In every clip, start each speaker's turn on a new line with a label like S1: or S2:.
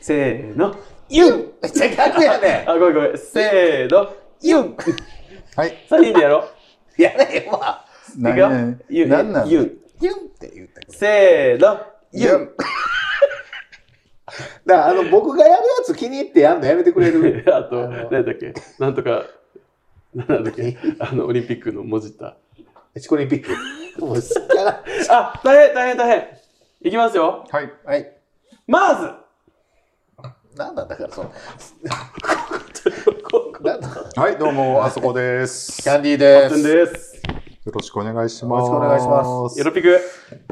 S1: せーの。
S2: ゆんせっかくやね
S1: あ、ごめんごめん。せーの。
S2: ゆん
S3: はい。
S1: 3人でやろう。
S2: やれよ、まあ。
S1: いくよゆ
S3: 何何な
S1: ゆ
S3: の
S1: ん
S2: ゆんって言ったけど。
S1: せーの。
S2: ゆん。だから、あの、僕がやるやつ気に入ってやんのやめてくれる
S1: あと、何だっけなんとか、なんだっけあの、オリンピックの文字った。
S2: シコリンピック。もう、すっから。
S1: あ、大変大変大変。いきますよ。
S3: はい。
S2: はい。
S1: マーズ
S2: なんなんだから、その、
S1: こ
S2: なんだよ
S3: はい、どうも、あそこで す。
S2: キャ
S3: よ
S2: ンディーで
S1: こん
S2: す。
S1: です。
S3: ろしくお願いします。
S2: よろしくお願いしま
S1: よろぴく。
S2: い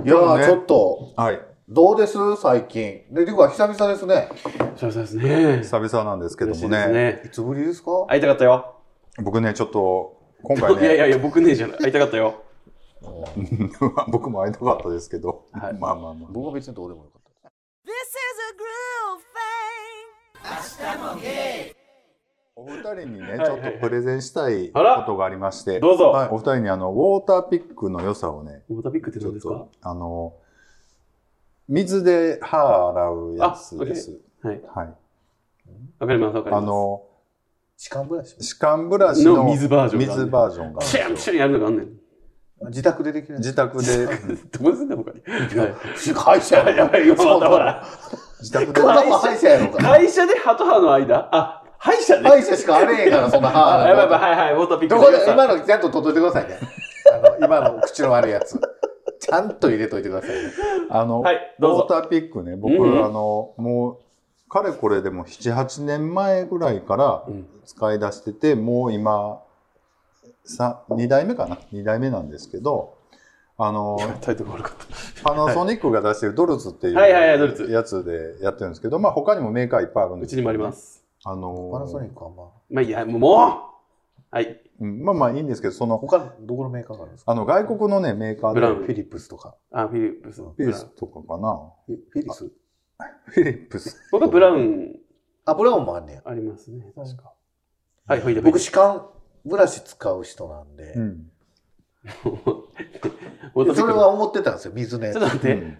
S2: やー、
S3: ね
S2: ちょっと、
S3: はい。
S2: どうです最近。で、リコは久々ですね。
S1: そうですね。
S3: 久々なんですけど
S1: 嬉しい
S3: も
S1: です
S3: ね。
S1: ね
S2: い。つぶりですか
S1: 会いたかったよ。
S3: 僕ね、ちょっと、今
S1: い
S3: 回
S1: やい
S3: ね、
S1: やいや、僕ねえじゃない。会いたかったよ。
S3: 僕も会いたかったですけど、ま
S1: は
S3: あ
S1: い
S3: まあま
S2: 僕は別にどうでもよかっ
S4: This is a groove thing.
S3: あ。お二人にね、ち
S1: はい
S3: ょっとプレゼンしたいこ
S1: あら
S3: とがありまして、
S1: どうぞ。
S2: はい
S3: お二人にあの、ウォーターピックの良さをね、
S1: ウォーターピックって
S3: ちょ
S1: 何
S3: っ
S1: ですか
S3: と、あの、水で歯洗うやつです。
S1: はい。
S3: はい。
S1: わかりますわかり
S3: あ
S1: ます。
S3: の、
S2: た。痴漢ブラシ。
S3: 歯間ブラシの
S1: の水バージョンがある
S3: 水バージョンがあるんです
S1: シ
S3: よ
S1: ャンシャンやるのがあんねん。
S2: 自宅でできない。
S3: 自宅 で、
S1: どこですんだ、他に。はい
S2: 会社やろ。
S1: やばい
S2: そんなもん
S1: ほら
S3: 自宅で
S2: こんなもん歯医者やろか。
S1: 会社で歯と歯の間あ、歯医者で。
S2: 歯医者しかあれへんから、そんな歯。
S1: あやばいやばい、はいはい、ウォーターピック
S2: どこで、今のちゃんと取っといてくださいね。あの、今の口の悪いやつ。ちゃんと入れといてくださいね。
S3: あの、
S1: はいどうぞ
S3: ウォーターピックね、僕、
S1: うんうん
S3: あの、もう、かれこれでも7、8年前ぐらいから
S1: うん
S3: 使い出してて、もう今、さ2代目かな ?2 代目なんですけど、あの、
S1: タイトル悪かった。
S3: パナソニックが出してるドルツってい
S1: はいはいはいドルツ
S3: うやつでやってるんですけど、まあ他にもメーカーいっぱいあるん
S1: う
S3: です
S1: ちにもあります。
S3: あ
S2: パナソニ
S3: の、
S2: ックはまあ、
S1: まあいいや、もうもうはい。
S3: うんまあまあいいんですけど、その、
S2: 他、どこのメーカーがあるんですか
S3: あの外国のね、メーカー
S1: ブラウ
S3: で、
S1: ン
S2: フィリップスとか。
S1: あ、フィリップスの。
S3: フィリスとかかな
S2: フィフィリス
S3: フィリップス。
S1: 僕はブラウン
S2: あ、ブラウンもあんねや。
S1: ありますね。確か。
S3: うん
S1: はい、ほいで、
S2: 僕、
S1: 僕、
S2: 歯間ブラシ使う人なんで
S3: う、ん。
S1: ウォーターピッ
S2: そ
S1: ク
S2: れ
S1: の
S2: は思ってたんですよ、水のや
S1: ちょ
S2: つ
S1: っと。待っ
S3: う
S1: て、
S3: ん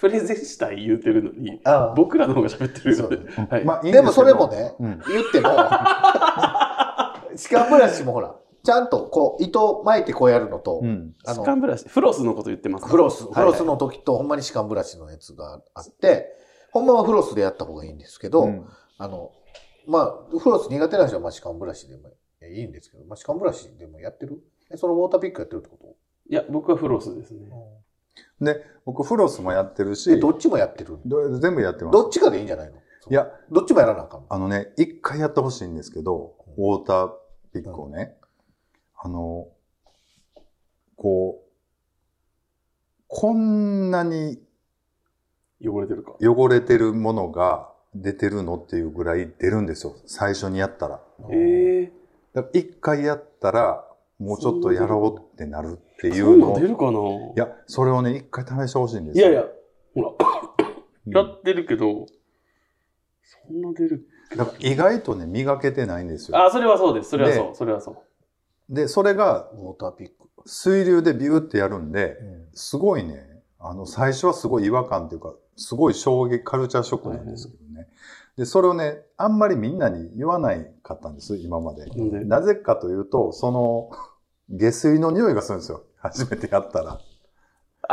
S1: プレゼンしたい言うてるのに、
S2: あ
S1: 僕らの方が喋ってるよね
S3: そう。
S1: はい。
S3: まあいいんですけど
S2: でもそれもね、
S3: うん
S2: 言っても、 歯間ブラシもほら、ちゃんとこう、糸巻いてこうやるのと
S3: う、ん。
S2: あ
S1: 歯
S2: の、
S1: 間ブラシ、フロスのこと言ってますか
S2: フロス、フロス。
S1: はいはい
S2: の時と、ほんまに歯間ブラシのやつがあって、ほんまはフロスでやった方がいいんですけど、
S3: うん
S2: あの、まあ、フロス苦手な人は、まあ、歯間ブラシでもいいんですけど、まあ、歯間ブラシでもやってるえ、そのウォーターピックやってるってこ
S1: いや、僕はフロスですね。
S2: と
S3: 僕、フロスもやってるし
S2: え、、どっちもやってる
S3: ど全部やってます。
S2: どっちかでいいんじゃないの
S3: い、や、
S2: どっちもやらなあかんの。
S3: あのね、一回やってほしいんですけど、ウォーターピックをね、あの、こう、こんなに
S1: 汚れてるか。
S3: 汚れてるものが出てるのっていうぐらい出るんですよ。最初にやったら。
S1: ええ
S3: だから一回やったら、もうちょっとやろうってなるって
S1: ー。
S3: い
S1: そううな
S3: の
S1: ん
S3: を。
S1: 出
S3: い
S1: るかな
S3: や、それをね、一回試してほしいんです
S1: いや
S3: よ
S1: いや、ほら、
S3: うん
S1: やってるけど、そんな出る。
S3: だから意外とね、磨けてないんですよ。
S1: あ、それはそうです。それはそう。それはそう。
S3: で、それが
S2: ウォーターピック。
S3: 水流でビューってやるんで
S2: う、ん
S3: すごいね、あの、最初はすごい違和感というか、すごい衝撃、カルチャーショックなんですけどね。で、それをね、あんまりみんなに言わないかったんです、今まで。
S1: なんで
S3: なぜかというと、その、下水の匂いがするんですよ。初めてやったら。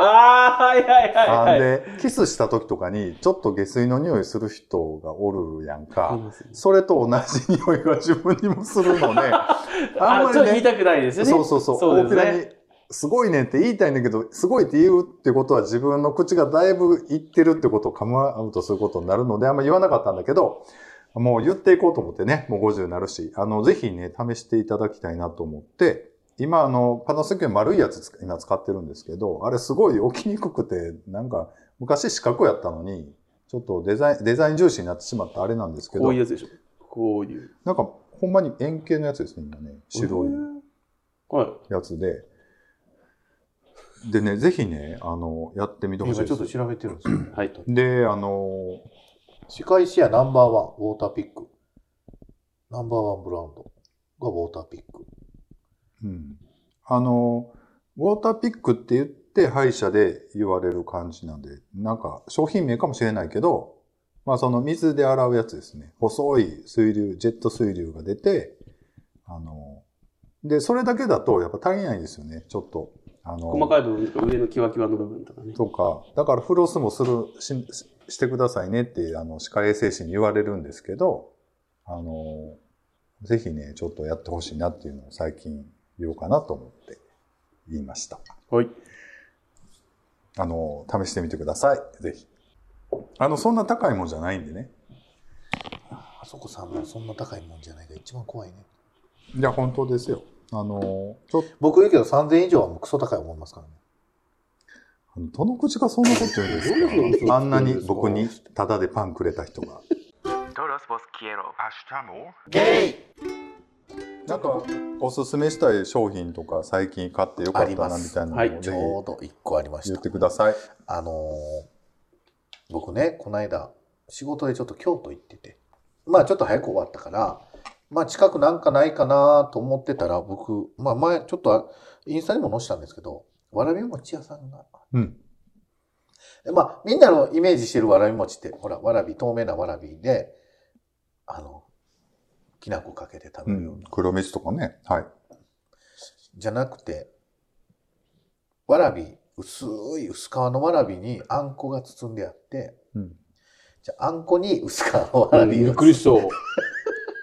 S1: ああ、はいはいはいはい。
S3: あんで、キスした時とかに、ちょっと下水の匂いする人がおるやん
S1: あ
S3: か。
S1: りますね
S3: それと同じ匂いが自分にもするので、あん
S1: あ
S3: まりね
S1: ちょっと言いたくないですよね。
S3: そうそうそう。
S1: そうですね
S3: 大倉に、すごいねって言いたいんだけど、すごいって言うってことは自分の口がだいぶ言ってるってことをカムアウトすることになるので、あんま言わなかったんだけど、もう言っていこうと思ってね、もう50になるし、あの、ぜひね、試していただきたいなと思って、今、あの、パナソニックの丸いやつつ、今使ってるんですけど、あれすごい置きにくくて、なんか、昔四角やったのに、ちょっとデザイン、デザイン重視になってしまったあれなんですけ
S1: こ
S3: ど
S1: ういう、やつでしょ。こういう。
S3: なんか、ほんまに円形のやつですね、今ね。白い。
S1: はい。
S3: やつで、でね、ぜひね、あの、やってみてほしい
S2: 今
S3: で
S2: ちょっ
S3: す
S2: と。調べてるんですよ。
S1: はい。
S3: で、あの、
S2: 世界シェアナンバーワン、ウォーターピック。ナンバーワンブランドがウォーターピック。
S3: うん。あの、ウォーターピックって言って、歯医者で言われる感じなんで、なんか、商品名かもしれないけど、まあその水で洗うやつですね。細い水流、ジェット水流が出て、あの、で、それだけだとやっぱ足りないですよね、ちょっと。あの、
S1: 細かい部分とか上のキワキワの部分とかね。
S3: とか、だからフロスもする、し、ししてくださいねって、あの、歯科衛生士に言われるんですけど、あの、ぜひね、ちょっとやってほしいなっていうのを最近言おうかなと思って言いました。
S1: はい。
S3: あの、試してみてください。ぜひ。あの、そんな高いもんじゃないんでね。
S2: あそこさんもそんな高いもんじゃないが一番怖いね。
S3: いや、本当ですよ。あの、ちょっと、
S2: 僕言うけど3000以上はもうクソ高い思いますからね。
S3: あのどの口がそんなこと言うんです
S1: どんなこと言うんです
S3: か
S1: か
S3: あんなに僕にタダでパンくれた人が。
S5: Todos vos quiero. Hasta more.
S2: ゲイ
S3: なんか、おすすめしたい商品とか、最近買ってよかった
S2: あり
S3: な
S2: ま
S3: み
S2: す
S3: たいな
S1: は
S3: のを
S1: い
S2: ち
S3: ぜ
S2: ょうど1個ありま
S3: ひ
S2: し
S3: 言ったて。ください。
S2: あのー僕ね、この間、仕事でちょっと京都行ってて、まあちょっと早く終わったから、まあ近くなんかないかなと思ってたら、僕、まあ前、ちょっとあインスタにも載せたんですけど、わらび餅屋さんが、
S3: うん。
S2: えまあみんなのイメージしてるわらび餅って、ほら、わらび、透明なわらびで、あの、きな粉かけて食べ
S3: う、
S2: るようなん
S3: 黒蜜とかね。はい。
S2: じゃなくて、わらび、薄い薄皮のわらびにあんこが包んであって、
S3: うん。
S2: じゃあ、あんこに薄皮のわらび
S1: びっ
S2: を
S1: くりしそう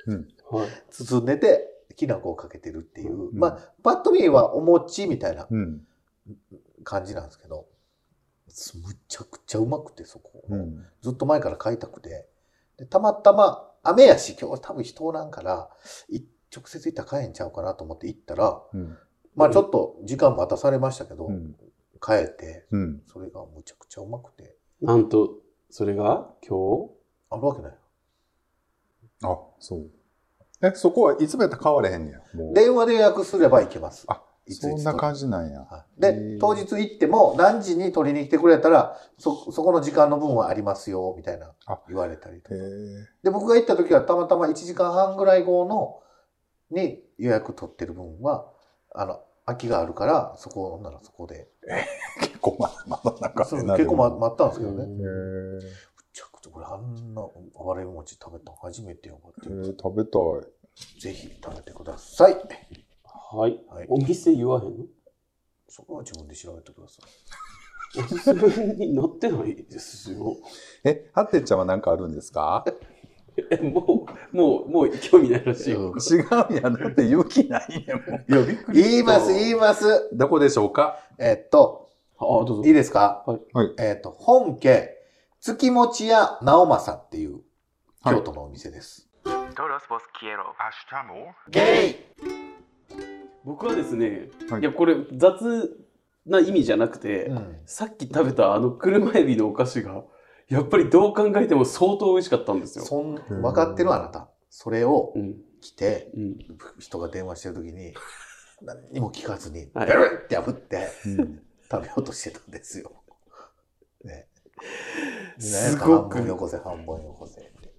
S1: うんはい。
S2: 包んでて、きな粉をかけてるっていう、
S3: うん
S2: まあ、パッと見はお餅みたいな
S3: うん。
S2: 感じなんですけど、すむちゃくちゃうまくて、そこ。
S3: うん。
S2: ずっと前から買いたくて。でたまたま、雨やし、今日多分人おらんから、い直接行ったら買えんちゃうかなと思って行ったら、
S3: うん。
S2: まあちょっと時間待たされましたけど、
S3: うん。
S2: 買えて、
S3: うん。
S2: それがむちゃくちゃうまくて、
S1: なんと、それが今
S2: あるわけない。
S3: あ、そう。え、そこはいつもやったら買われへんねや。もう。
S2: 電話で予約すればいけます。
S3: あ、
S2: いついつ
S3: そんな感じなんや。
S2: はい
S3: へ
S2: で
S3: ー、
S2: 当日行っても何時に取りに来てくれたら、そ、そこの時間の分はありますよ、みたいな
S3: あ
S2: 言われたりと
S3: へ
S2: か
S3: え。
S2: で、僕が行った時はたまたま1時間半ぐらい後の、に予約取ってる分は、あの、空きがあるから、そこならそこで。
S3: 結構まだ、まだなんか
S2: そ
S3: あ
S2: う
S3: れな。
S2: 結構ま
S3: でも
S2: 待ったんです
S1: 日
S2: けどね。
S1: う
S2: む
S1: ん
S3: へえ。
S2: ちゃくちゃ、これあんなわらび餅食べたの初めてよかった
S3: え。ー食べたい。
S2: ぜひ食べてください。
S1: はい。
S2: はい。
S1: お店言わへんの
S2: そこは自分で調べてください。
S1: おすすめに載ってないですよ。
S3: え、ハッテンちゃんは何かあるんですか
S1: え、もう、もう、もう興味ないらしい。
S2: うん
S3: 違うんや。だって勇気ないねんもう。いや、びっくり。
S2: 言います、言います。
S3: どこでしょうか
S2: えっと、
S1: あ、どうぞ
S2: いい。ですか
S1: はい
S3: はい
S2: えっと、本家、月餅屋直政っていう
S3: はい
S2: 京都のお店です。
S5: Todos vos quiero. Hasta more.
S2: ゲイ
S1: 僕はですね、
S3: はい
S1: い、や、これ雑な意味じゃなくて、
S2: うん。
S1: さっき食べたあの車エビのお菓子が、やっぱりどう考えても相当美味しかったんですよ。
S2: そん、分かってるあなた。それを
S1: うん。
S2: 着て、
S1: うん。
S2: 人が電話してる時に、何にも聞かずに、ベ
S1: はい
S2: ルって破って
S3: うん。
S2: 食べようとしてたんですよ。ね。ね
S1: すごく
S2: 半分よこせ、半分よこせって。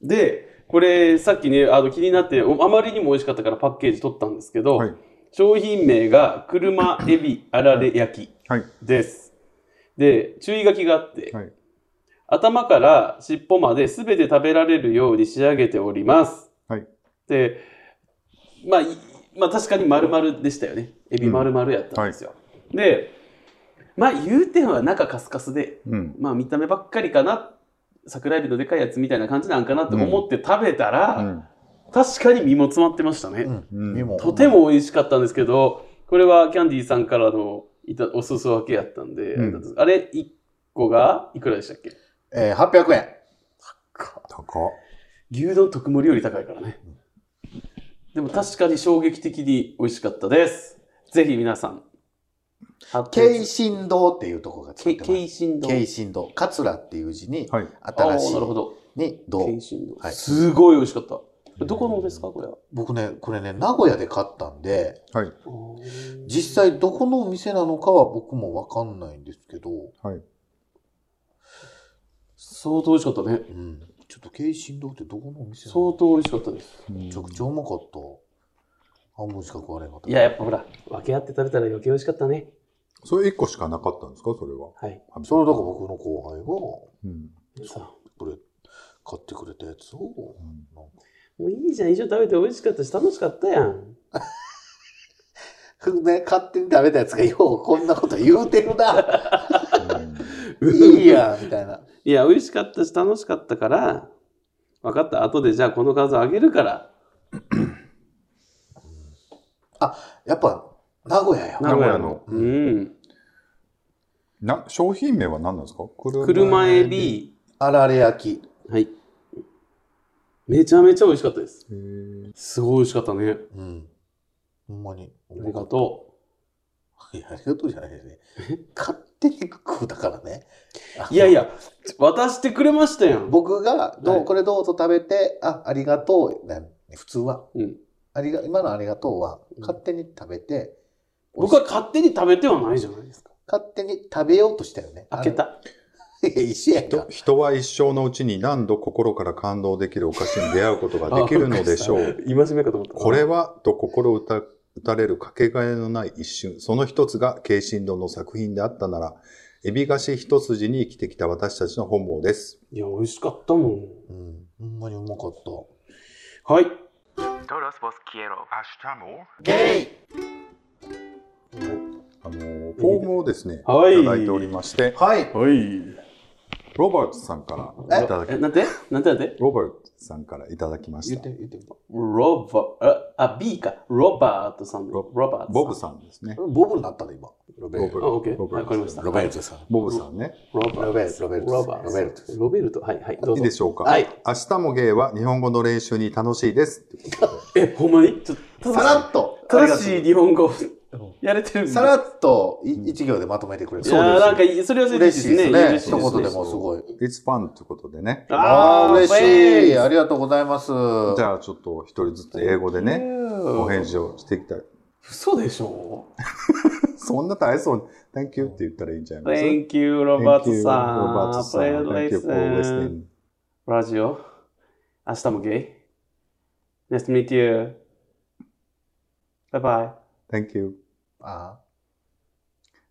S1: で、これさっきね、あの気になって、おあまりにも美味しかったからパッケージ取ったんですけど、
S3: はい
S1: 商品名が車エビあられ焼き
S3: はい
S1: です。で、注意書きがあって、
S3: はい
S1: 頭から尻尾まで全て食べられるように仕上げております。
S3: はい
S1: で、まあ、いまあ確かに丸々でしたよね。エビ丸々やったんですよ。で、まあ言うては中カスカスで、
S3: うん。
S1: まあ見た目ばっかりかな、桜エビのでかいやつみたいな感じなんかなって思って食べたら、
S3: うん
S1: 確かに身も詰まってましたね。
S2: うん。
S3: うん
S2: 身も
S1: とても美味しかったんですけど、これはキャンディーさんからのいたおすそ分けやったんで、
S3: うん
S1: あれ1個がいくらでしたっけ
S2: えー、800円。
S3: 高っ。
S1: 牛丼特盛より高いからね。でも確かに衝撃的に美味しかったです。ぜひ皆さん。
S2: 慶心堂っていうとこが作ってます。
S1: 慶心堂。
S2: 慶心堂。桂っていう字に、
S3: はい。
S1: あ
S2: 新し
S1: ー
S2: い
S1: なるほど。
S2: に堂。
S1: 慶心堂。
S2: はい
S1: すごい美味しかった。どこのですかこれは。
S2: 僕ね、これね、名古屋で買ったんで、
S3: はい。
S2: 実際どこのお店なのかは僕もわかんないんですけど、
S3: はい。
S1: 相当美味しかったね。
S2: うん。ちょっと慶心堂ってどこのお店な
S1: 相
S2: の
S1: 当美味しかったです。
S3: め
S2: めちゃくちゃうまかった。半分しか食われなかった。
S1: いや、やっぱほら、分け合って食べたら余計美味しかったね。
S3: それ一個しかなかったんですかそれは。
S1: はい。
S2: それだから僕の後輩が、
S3: うん。
S1: さあ
S2: これ、買ってくれたやつを、 なんか
S1: もういいじゃん、一緒に食べて美味しかったし、楽しかったやん。
S2: ね、勝手に食べたやつがようこんなこと言うてる ないい
S1: いや、
S2: やみたいない
S1: や、美味しかったし、楽しかったから、分かった、後でじゃあこの数あげるから、
S2: やっぱ名古屋や
S3: 名
S1: 名
S3: 古
S1: 古
S3: 屋
S1: 屋
S3: の
S1: の。うん。
S6: な商品名は何なんですか
S1: 車エ。ビ、
S2: あられ焼き
S1: はい。めちゃめちゃ美味しかったです。
S3: へー
S1: すごい美味しかったね。
S2: うんほんまにあ
S1: ありがと
S2: ういやありがとうじゃない ですね勝手に食うだからね
S1: う。いやいや、渡してくれましたやん。
S2: 僕がどう、
S1: はい
S2: これどうぞ食べて、あ、ありがとう、なん普通は。
S1: うん
S2: ありが、今のありがとうは、
S1: うん
S2: 勝手に食べて、
S1: 僕は勝手に食べてはないじゃないですか。
S2: 勝手に食べようとしたよね。
S1: 開けた。
S2: あの。いや、一緒やん
S3: 人
S2: か。
S3: 人は一生のうちに何度心から感動できるお菓子に出会うことができるのでしょう。
S1: 戒めかと思った。
S3: これはと心打た打たれるかけがえのない一瞬。その一つが慶心堂の作品であったなら、エビ菓子一筋に生きてきた私たちの本望です。
S1: いや、美味しかったもん。
S2: うん。ほんまにうまかった。
S1: はい。
S5: Todos vos quiero. Hasta amor.
S2: ゲイ
S3: あの、フォームをですね、
S1: はい
S3: ただいておりまして、
S2: はい。
S1: はい。
S3: ロバートさんからいただき
S1: え、、なんてなんてなんて
S3: ロバートさんからいただきまし
S2: 言ったて、。言って。
S1: ロバ、あ、あ B か。ロバートさん。
S3: ロ
S1: ロバート
S3: ボブさんですね。
S2: ボブになったで、今。ロベ
S3: ボ
S2: ルト。
S3: ブ。
S1: あ、オッケー。
S3: ロバー
S1: わ
S3: ト
S1: かりました。
S2: ロベルトさん。
S3: ボブさんね。
S1: ロバ
S2: ロベルト、ロベルトさん。
S1: ロ
S2: ロベルト。
S1: ロベルト。はい、はい。どう
S3: いい
S1: ぞ
S3: で。しょうか。
S1: はい
S3: 明日も芸は日本語の練習に楽しいです。
S1: え、ほんまにちょっと、
S2: さらっと、
S1: 正しい日本語
S2: ん
S1: やれてるんだ
S2: さらっと、い一行でまとめてくれる。
S1: いやーなんかいい、それはそれでいいで
S2: 嬉し
S1: す
S2: い
S1: ね。
S2: で
S1: 嬉し
S2: す
S1: い
S2: ね。一言で
S1: ですね。
S2: もすごい。
S3: It's fun ということでね。
S2: ああ、
S1: ー
S2: 嬉しい。
S1: フェイ
S2: ありがとうございます。
S3: じゃあちょっと一人ずつ英語でね、お返事をしていきたい。
S1: 嘘でしょ
S3: そんな大層に、Thank you って言ったらいいんじゃないですか。
S1: ?Thank you, ロバート
S3: you, ロバー
S1: さ
S3: トさん。
S1: ん。
S3: Thank you for listening.
S1: ラジオ。明日もゲイ。Nice to meet you. Bye bye.
S3: Thank you.
S2: あ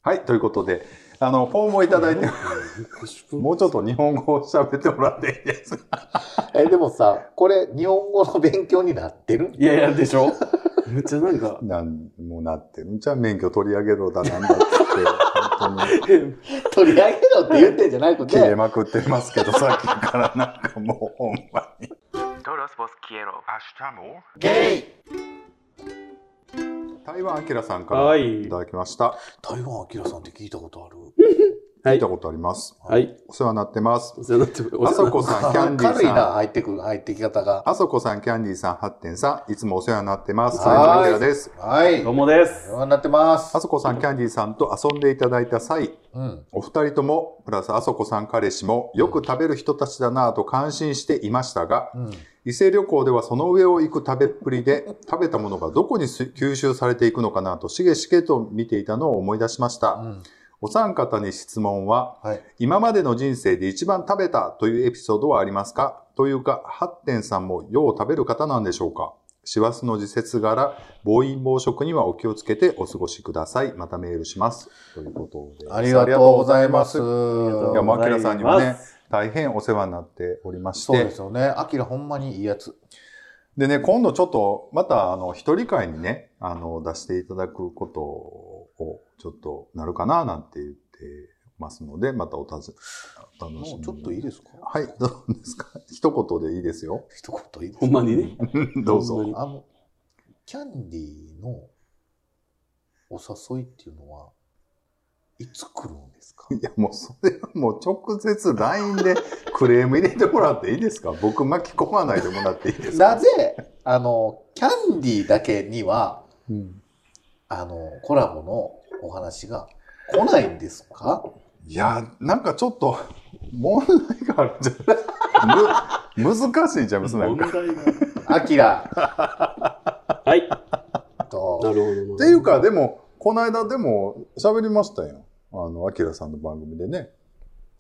S3: はい、ということで、あの、フォームをいただいて、もうちょっと日本語を喋ってもらっていいですか
S2: あえ、でもさ、これ、日本語の勉強になってる
S1: いやいや、でしょ めっちゃなんか、
S3: なんもうなってる。じゃあ免許取り上げろだなんだ って言って、本当に
S2: 取り上げろって言ってんじゃないく
S3: 切れ
S2: て。
S3: まくってますけど、さっきからなんかもうほんまに
S5: Todos vos quiero. Hasta amor.
S2: ゲイ
S3: 台湾あきらさんから
S1: はいい
S3: ただきました。
S2: 台湾明さんって聞いたことあ
S1: は
S3: 聞
S1: い
S3: いたことあります。
S1: はい。
S3: お世話になってます。
S1: お世話になってお
S3: あ
S1: 世話に
S3: そ
S1: なっ
S3: こさん、キャン
S2: る。
S3: ディー
S2: 軽いな、
S3: さん。
S2: 入ってくる、入ってき方が。
S3: あそこさん、キャンディーさん、8.3。いつもお世話になってます。斉藤
S2: は
S3: あ
S2: い
S3: きらです。
S2: はい。
S1: どう
S2: お
S1: もです
S2: 世。話になってます
S3: あ。そこさん、キャンディーさんと遊んでいただいた際、
S2: うん。
S3: お二人とも、プラスあそこさん彼氏も、よく食べる人たちだなぁと感心していましたが、
S2: うん。
S3: 伊勢旅行ではその上を行く食べっぷりで、食べたものがどこに吸吸収されていくのかなと、しげしげと見ていたのを思い出しました。
S2: うん。
S3: お三方に質問は、
S2: はい。
S3: 今までの人生で一番食べたというエピソードはありますかというか、ハッテンさんもよう食べる方なんでしょうか師走の時節柄、暴飲暴食にはお気をつけてお過ごしください。またメールします。ということで。
S2: ありがとうございます。
S3: ありがとうござい
S1: い
S3: やもうあきらさんにもね
S1: ありがとうございます
S3: 大変お世話になっておりまし
S2: そう
S3: て
S2: で。すよね。アキラほんまにいいやつ。
S3: でね、今度ちょっと、また、あの、一人会にね、あの、出していただくことを、ちょっと、なるかな、なんて言ってますので、またおたず、お楽し
S2: も
S3: み
S2: う
S3: に
S2: ちょっといいですか
S3: はい、どうですか 一言でいいです よ。
S2: 一言いいですか
S1: ほんまにね。
S3: どう
S1: ほん
S3: ぞ
S1: ま。に
S2: あの、キャンディーのお誘いっていうのは、いつ来るんですか
S3: いや、もうそれはもう直接 LINE で クレーム入れてもらっていいですか僕巻き込まないでもらっていいです か
S2: なぜ、あの、キャンディーだけには、
S3: うん
S2: あの、コラボのお話が来ないんですか
S3: いや、なんかちょっと、問題があるんじゃないむ 難しいんちゃいますなん
S1: 問
S3: か。
S1: 題が
S2: アキラ
S1: はい。な
S2: と、
S1: るほど。
S3: っていうか、でも、この間でも喋りましたよ。あの、アキラさんの番組でね。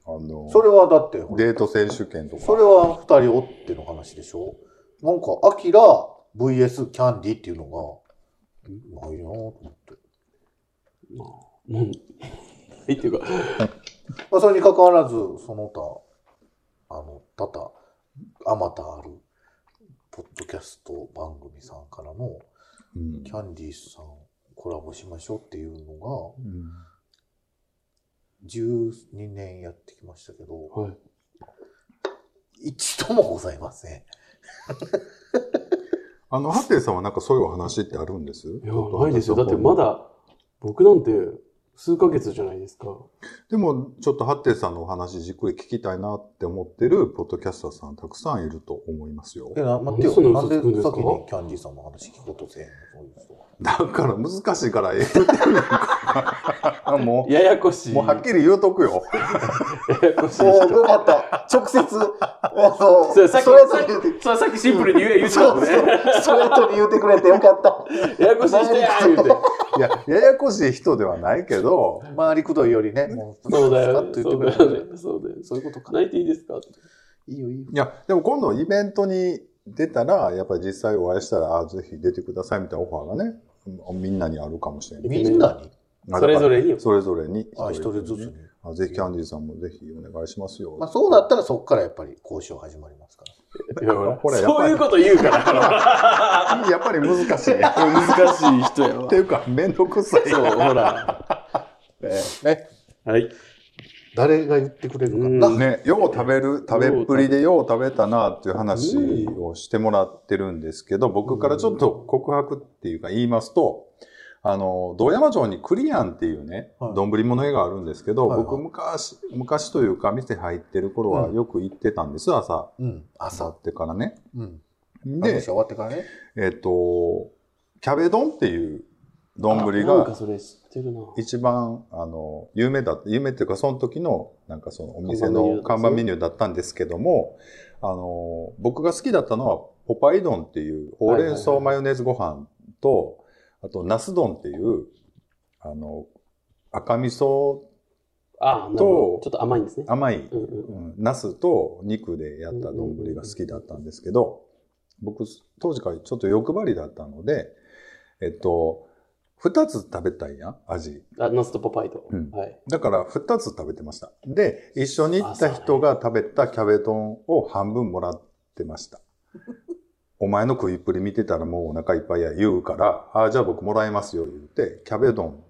S3: あの、
S2: それはだって、
S3: デート選手権とか。
S2: それは二人おっての話でしょなんか、アキラ VS キャンディーっていうのが、ないなと思って。
S1: もう、はい、っていうか、
S2: まあ、それに関わらず、その他、あの、多々、あまたある、ポッドキャスト番組さんからの、
S3: うん
S2: キャンディーズさんコラボしましょうっていうの
S3: うん
S2: が、12年やってきましたけど、
S1: はい
S2: 一度もございません。
S3: あの、ハテさんはなんかそういうお話ってあるんです
S7: ちょっと
S1: ないですよ。だってまだ、僕なんて数ヶ月じゃないですか。
S3: でも、ちょっとハッテさんのお話じっくり聞きたいなって思ってるポッドキャスターさんたくさんいると思いますよ
S2: え、。な待って
S1: そん
S2: よ。
S1: な
S2: なん
S1: 嘘
S2: で
S1: つ
S2: 先
S1: くん
S2: に
S1: です
S2: キ
S1: か
S2: ャンディーさんの話聞くことせえへんのそういう人は
S3: だから難しいからええって言うねんか も
S1: ややこし
S3: う、
S1: い。
S3: もうはっきり言うとくよ。
S1: ややこしい。
S2: そう、よかった。直接、あの、
S1: それさっき、
S2: ストレートに言うて
S1: それさっきシンプルに言え、言うてたもんね。
S2: ストレートに言うてくれてよかった。
S1: ややこしい人や言うて。
S3: いや、ややこしい人ではないけど、
S2: 周りくどいよりね、もう、
S1: そうだよ
S2: ス
S1: ね。
S2: カ
S1: そ
S2: ッと
S1: う
S2: 言っ
S1: だ
S2: てくれ
S1: よ
S2: て
S1: ね。そうだよね。
S2: そういうことか。
S1: 泣いていいですか
S2: いいよ、いいよ。
S3: いや、でも今度イベントに出たら、やっぱり実際お会いしたら、あぜひ出てくださいみたいなオファーがね、みんなにあるかもしれない。
S2: みんなに
S3: あ
S1: それぞれに
S3: だからそれぞれに。
S2: あ、一人ずつ
S3: に
S2: に
S3: ね。。あぜひキャンディーさんもぜひお願いしますよ。
S2: まあ、そうなったらそこからやっぱり交渉始まりますから。
S1: いやほら
S3: ほらやっぱ
S1: そう
S3: り
S1: いうこと言う から。
S3: やっぱり難しい。っ
S1: 難しい人やわ
S3: て。いうか、めんどくさい。
S1: そう、ほら。
S2: ね。
S1: はい。
S2: 誰が言ってくれるか
S1: うん
S2: な。
S3: ね、よう食べる、食べっぷりでよう食べたなっていう話をしてもらってるんですけど、僕からちょっと告白っていうか言いますと、あの、道山町にクリアンっていうね、
S2: はい
S3: 丼物屋があるんですけど、
S2: はいはい
S3: 僕昔、昔というか店入ってる頃はよく行ってたんです、朝、
S2: うん。
S3: 朝
S2: 朝。
S3: ってからね。
S2: うん。で、
S3: で、
S2: 終わってからね。
S3: えっ、と、キャベ丼っていう丼
S1: なんか
S3: が
S1: それ知ってるな。
S3: 一番、あの、有名だった、有名っていうか、その時の、なんかそのお店の看
S1: 看
S3: 板
S1: 板
S3: メ
S1: メ
S3: ニューだったんですけども、あの、僕が好きだったのは、ポパイ丼っていう、ほうれん草マヨネーズご飯と、あと、ナス丼っていう、あの、赤味噌
S1: ああ、なるほ
S3: と
S1: ど。ちょっと甘いんですね。
S3: 甘い、
S1: うんうん
S3: うん、ナスと肉でやった丼が好きだったんですけど、僕、当時からちょっと欲張りだったので、えっと、二つ食べたいやん、味。
S1: あ、ナスとポパイと。
S3: うん
S1: はい。
S3: だから2つ食べてました。で、一緒に行った人が食べたキャベ丼を半分もらってました。お前の食いっぷり見てたらもうお腹いっぱいや言うから、ああ、じゃあ僕もらいますよ言って、キャベ丼も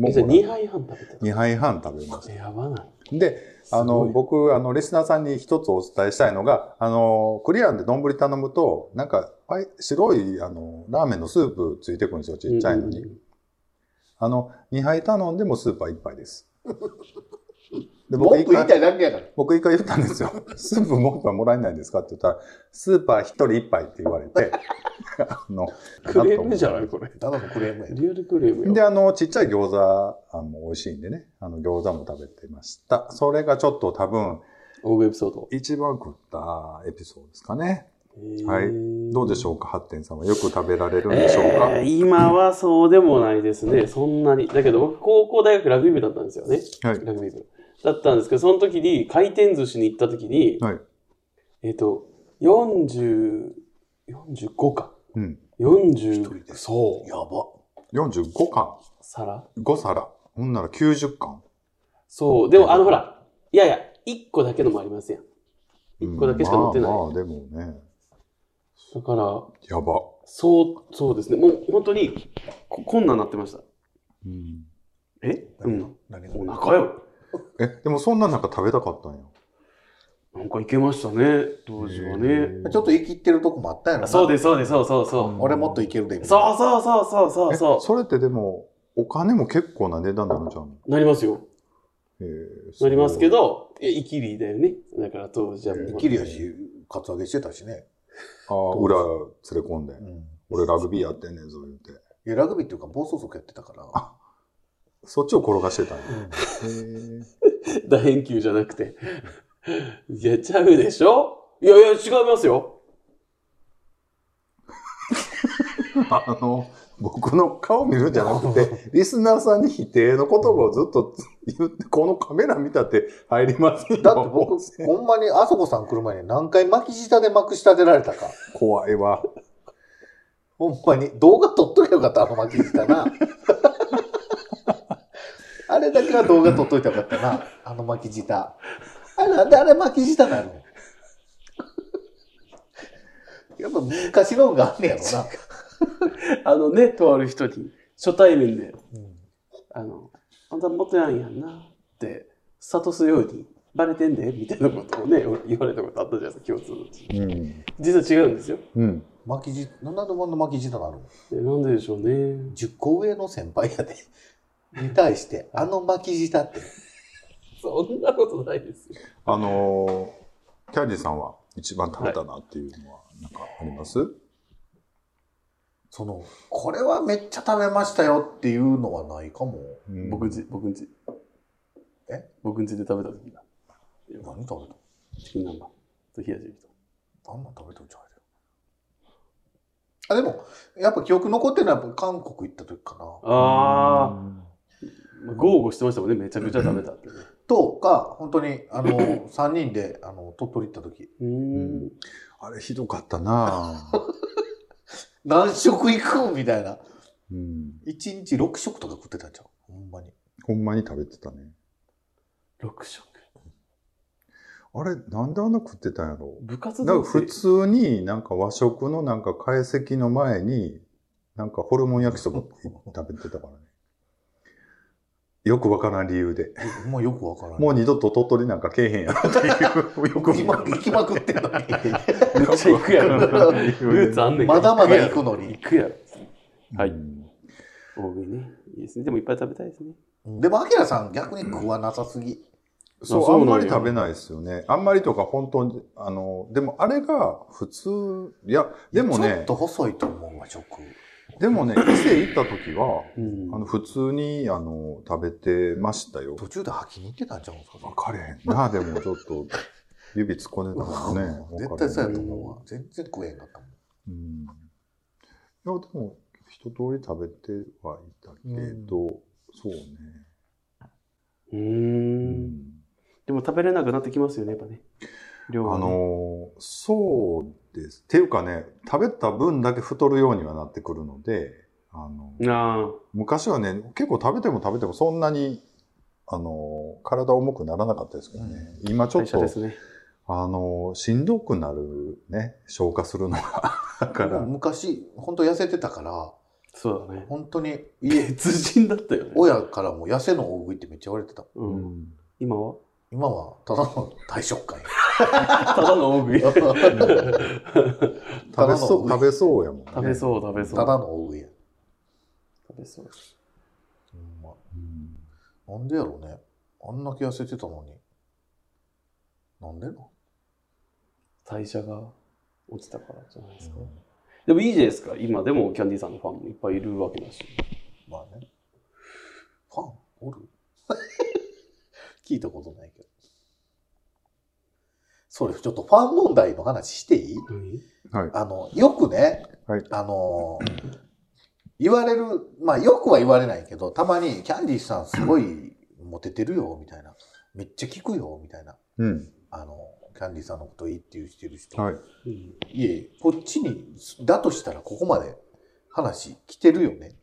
S1: え
S3: も
S1: じゃあ
S3: ら
S1: 2杯半食べて。
S3: 2杯半食べました
S1: やばない。
S3: た。で、あの、
S1: すごい
S3: 僕、あの、リスナーさんに一つお伝えしたいのが、あの、クリアンで丼頼むと、なんか、パイ白い、あの、ラーメンのスープついてくるんですよ、ちっちゃいのに。
S1: うんうんうん
S3: あの、2杯頼んでもスープは1杯です。で僕
S2: 文
S3: 一
S2: 句言いた
S3: 回、
S2: いだけやから。
S3: 僕一回言ったんですよ。 スープもっとはもらえないんですかって言ったら、スーパー1人1杯って言われて、 あの、
S1: クレームじゃ
S3: な
S1: なんい
S3: と
S1: これ。
S2: ただのクレームや。
S1: リアルクレーム
S3: も
S1: よ。
S3: で、あの、ちっちゃい餃子あも美味しいんでね、あの、餃子も食べてました。それがちょっと多分、
S1: 大食いエピソード。
S3: 一番食ったエピソードですかね。はい
S1: い
S3: どうでし
S1: ょ
S3: ょうか、ハッテンさんはよく食べられるんでしょうか。
S1: えー今はそうでもないですね。そんなに。だけど僕、高校大学ラグビー部だったんですよね。
S3: はい
S1: ラグビー部。だったんですけど、その時に回転寿司に行った時に、
S3: はい
S1: えっ、と、40、45か。
S3: うん。
S1: 40
S2: そう。やば。
S3: 45巻、
S1: 皿
S3: 5皿。ほんなら90巻。
S1: そう。でも、あの、ほら、いやいや、1個だけのもありますやん。1個だけしか乗ってない。
S3: まあ、まあ、でもね、
S1: だから、
S3: やば。
S1: そう、そうですね。もう本当に、ここんなんなってました。
S3: うん
S1: えう
S2: 何が
S1: ん。
S2: 何
S1: お
S2: が
S1: 腹よ。
S3: え、でもそんな中食べたかったんや。
S1: なんかいけましたね、当時はね。
S2: ちょっと生きってるとこもあったんやろな。
S1: そうです、そうです、そうそうそう。
S2: 俺もっといけるで。みたい
S1: そ
S2: な
S1: うそうそうそうそう
S3: え
S1: そ
S3: それってでも、お金も結構な値段なんじゃん。
S1: う。なりますよ。
S3: え
S1: なりますけ。ど、え、イキリだよね。だから当時はもう。
S2: 生 きるやし、カツアゲしてたしね。
S3: そうあー裏連れ込んで
S2: う。ん。
S3: 俺ラグビーやってんねんぞ、言うて。
S2: いや、ラグビーっていうか、暴走族やってたから。
S3: そっちを転がしてたんや。へー
S1: 楕円球じゃなくて。 いやっちゃうでしょいやいや、違いますよ。
S3: あの、僕の顔見るんじゃなく て、リスナーさんに否定の言葉をずっと 言って、このカメラ見たって入ります
S2: だって僕、ほんまに、あそこさん来る前に何回巻き舌で巻く舌でられたか。
S3: 怖いわ。
S2: ほんまに、動画撮っとけばよかった、あの巻き舌 な。あれだけは動画撮っといたらよかったな、あの巻き舌。あれ、なんであれ巻き舌なのやっぱ昔のがあんねやろな。
S1: あのね、とある人に、初対面で、あの、あんたモテないんやんなって、諭すように、バレてんで、みたいなことをね、言われたことあったじゃないですか、共通の。
S3: うん。
S1: 実は違うんですよ。
S3: うん。
S2: 巻きじ、なんでこんな巻き舌なの
S1: えなんででしょうね。
S2: 10個上の先輩やで。に対して、あの巻き舌って。
S1: そんなことないですよ。
S3: あのーキャリーさんは一番食べたなっていうのは、なんかあります、
S2: その、これはめっちゃ食べましたよっていうのはないかも。
S3: うん
S1: 僕んち、僕んち。
S2: え
S1: 僕んちで食べた時だ。
S2: 何食べた
S1: チキン南蛮と冷やしビと。
S2: あんま食べたんちゃうよ。あ、でも、やっぱ記憶残ってるのはやっぱ韓国行った時かな。
S1: ああ、豪語してましたもんね、めちゃくちゃ食べたってね。
S2: とか、本当に、あ の、3人で、あの、鳥取行った時。
S1: うーん。
S3: あれひどかった なぁ
S2: 何食行くみたいな。
S3: うん。
S2: 1日6食とか食ってたんちゃうほんまに。
S3: ほんまに食べてたね。
S1: 6食。
S3: あれ、なんであんな食ってたんやろ
S1: 部活
S3: なん
S1: 動
S3: か普通になんか和食のなんか懐石の前に、なんかホルモン焼きそば食べてたからね。よくわからん理由で。
S2: ほんまよくわからん。
S3: もう二度と鳥取なんかけえへんやろっていう。よくわ
S2: 今
S3: からん
S2: 行きまくってんのに。
S1: めっちゃ行くやろ。
S3: 理
S1: ル
S3: 由
S1: ー
S3: で
S1: ツあんねん
S2: まだまだ行
S1: 行
S2: くのに。
S1: くやろ。はい
S3: うん
S1: 大食いね。いいですね。でもいっぱい食べたいですね。
S2: でも、アキラさん逆に食わなさすぎ。
S3: そ
S1: あそう
S3: う、
S1: な
S3: あん
S1: んや
S3: まり食べないですよね。あんまりとか本当に、あの、でもあれが普通、いや、でも
S2: ちょっ
S3: ね
S2: と、細いと思うわ、食。
S3: でもね、伊勢行った時は、
S1: うん
S3: あの、普通に、あの、食べてましたよ。
S2: 途中で吐きに行ってたんちゃうんですか
S3: 分かれへんな、でもちょっ と、指突っ込んでたもんね。
S2: 絶対そうやと
S3: う。
S2: 思うわ。全然食えへんかったもん。
S3: うん。いや、でも、一通り食べてはいたけど、そうね。
S1: うー。
S3: うん
S1: でも食べれなくなってきますよね、やっぱね。量が
S3: あ
S1: ね
S3: のーそうです。っていうかね、食べた分だけ太るようにはなってくるので、あの
S1: あ
S3: 昔はね、結構食べても食べてもそんなに、あのー体重くならなかったですけどね。今ち
S1: あ、
S3: ょ
S1: 会
S3: っ
S1: 社
S3: と、
S1: ですね。
S3: あのーしんどくなるね、消化するのが。 だから、
S2: 昔、本当痩せてたから、
S1: そうだね。
S2: 本当に家、
S1: 別人だったよね。
S2: 親からも痩せの大食いってめっちゃ言われてた。
S1: う
S3: うんん
S1: 今は
S2: 今はただの大食会。
S1: ただの大食い。
S2: た
S3: 食
S2: だ
S3: べ
S2: の
S3: そう、 食べそうやもんね。
S1: 食べそう、食べそう。
S2: ただの大食いや。
S1: 食べそう。
S2: ほんま
S3: うん
S2: なんでやろうね。あんだけ痩せてたのに。なんでな
S1: 代謝が落ちたからじゃないですか。でもいいじゃないですか。今でもキャンディーさんのファンもいっぱいいるわけだし。
S2: まあね。ファンおる 聞いたことないけど。それ、ちょっとファン問題の話していい
S3: はい。
S2: あの、よくね、
S3: はい
S2: あの、言われる、まあよくは言われないけど、たまにキャンディーさんすごいモテてるよ、みたいな。めっちゃ聞くよ、みたいな。
S3: うん。
S2: あの、キャンディーさんのこといいって言うしてる人。
S3: はい。
S1: うん
S2: い、え、こっちに、だとしたらここまで話来てるよね。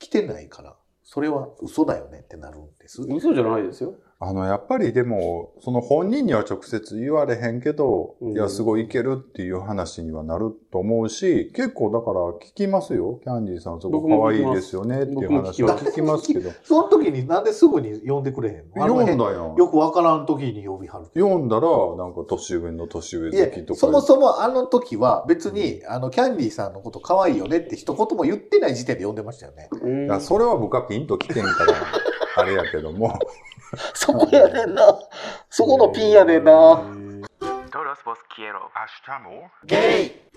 S2: 来てないから、それは嘘だよねってなるんです。
S1: 嘘じゃないですよ。
S3: あの、やっぱりでも、その本人には直接言われへんけど、
S1: うん
S3: いや、すごいいけるっていう話にはなると思うし、結構だから聞きますよ。キャンディーさんすご
S1: 僕も
S3: く
S1: 聞きます
S3: 可愛いですよねっていう
S1: 僕も聞
S3: 話
S1: き
S3: は
S1: ます
S3: 聞きますけど。
S2: その時になんですぐに呼んでくれへんのあの
S3: 読ん
S2: 辺
S3: だやん。
S2: よくわからん時に呼びはる。
S3: 読んだら、なんか年上の年上
S2: いや
S3: 好きと、か。
S2: そもそもあの時は別に、あの、キャンディーさんのこと可愛いよねって一言も言ってない時点で呼んでましたよね。
S1: うん
S3: いや、それは僕はピンと来てんから、あれやけども。
S2: そこやねんな。そこのピンやねん
S1: へ
S2: な。
S1: ー
S5: Todos vos quiero. Hasta amor.
S2: ゲ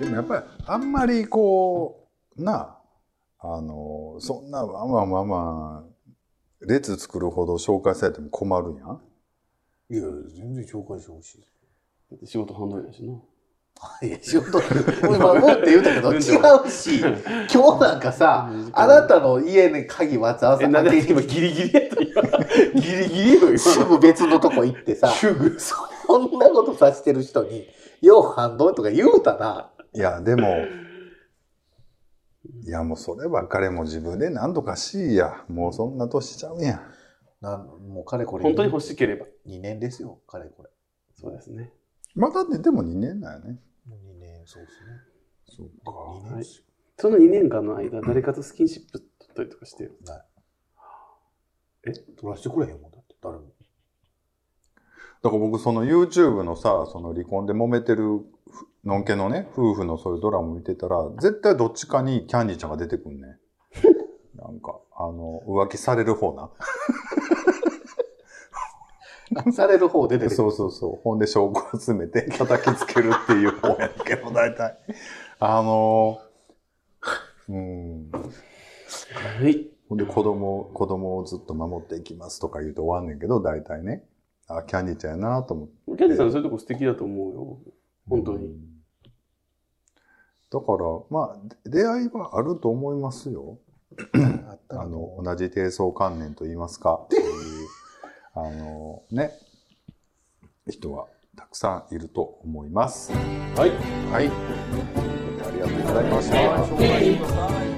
S2: イ
S3: でもやっぱり、あんまりこう、なあ、あの、そんな、わんわんわんわん、列作るほど紹介されても困るやん。
S2: いや、全然紹介してほしい。
S1: だって仕事半分やしな。
S2: いや、仕事、俺今、うんって言うたけど、違うし、今日なんかさ、あなたの家に鍵わざわざ
S1: え、なん
S2: 開
S1: で
S2: け
S1: 今
S2: に
S1: ギリギリやった今。ギリギリよ、
S2: す
S1: 今の。
S2: ぐ別のとこ行ってさ、そんなことさしてる人に、よう反応とか言うたな。
S3: いや、でも、いや、もうそればっかりもう自分で何とかしいや。もうそんな年ちゃうやん。
S2: なんもうかれこれ、
S1: 本当に欲しければ。
S2: 2年ですよ、かれこれ。
S1: そうですね。
S3: まだね、でも2年だよね。
S2: 2年、そうですね。
S3: そう
S2: 2
S1: は
S2: 年
S1: いその2年間の間、誰かとスキンシップ取ったりとかしてる。
S2: 取らせてくれへんもんだって、誰も。
S3: だから僕、その YouTube のさ、その離婚で揉めてる、ふのんけのね、夫婦のそういうドラマ見てたら、絶対どっちかにキャンディーちゃんが出てくんね。なんか、あの、浮気される方な。
S2: される方出てくる。
S3: そうそうそう。ほんで証拠集めて 叩きつけるっていう方やけど、大体。あのー、うん。
S1: はい。
S3: ほんで子供を、子供をずっと守っていきますとか言うと終わんねんけど、大体ね。あ、キャンディーちゃんやなと思って。
S1: キャンディさんそういうとこ素敵だと思うよ。本当に
S3: うん。だから、まあ、で出会いはあると思いますよ。
S2: あったら
S3: あ
S2: も
S3: の、
S2: う
S3: 同じ低層観念と言いますか、そういう、あの、ね、人はたくさんいると思います。はい。はい。ありがとうございました。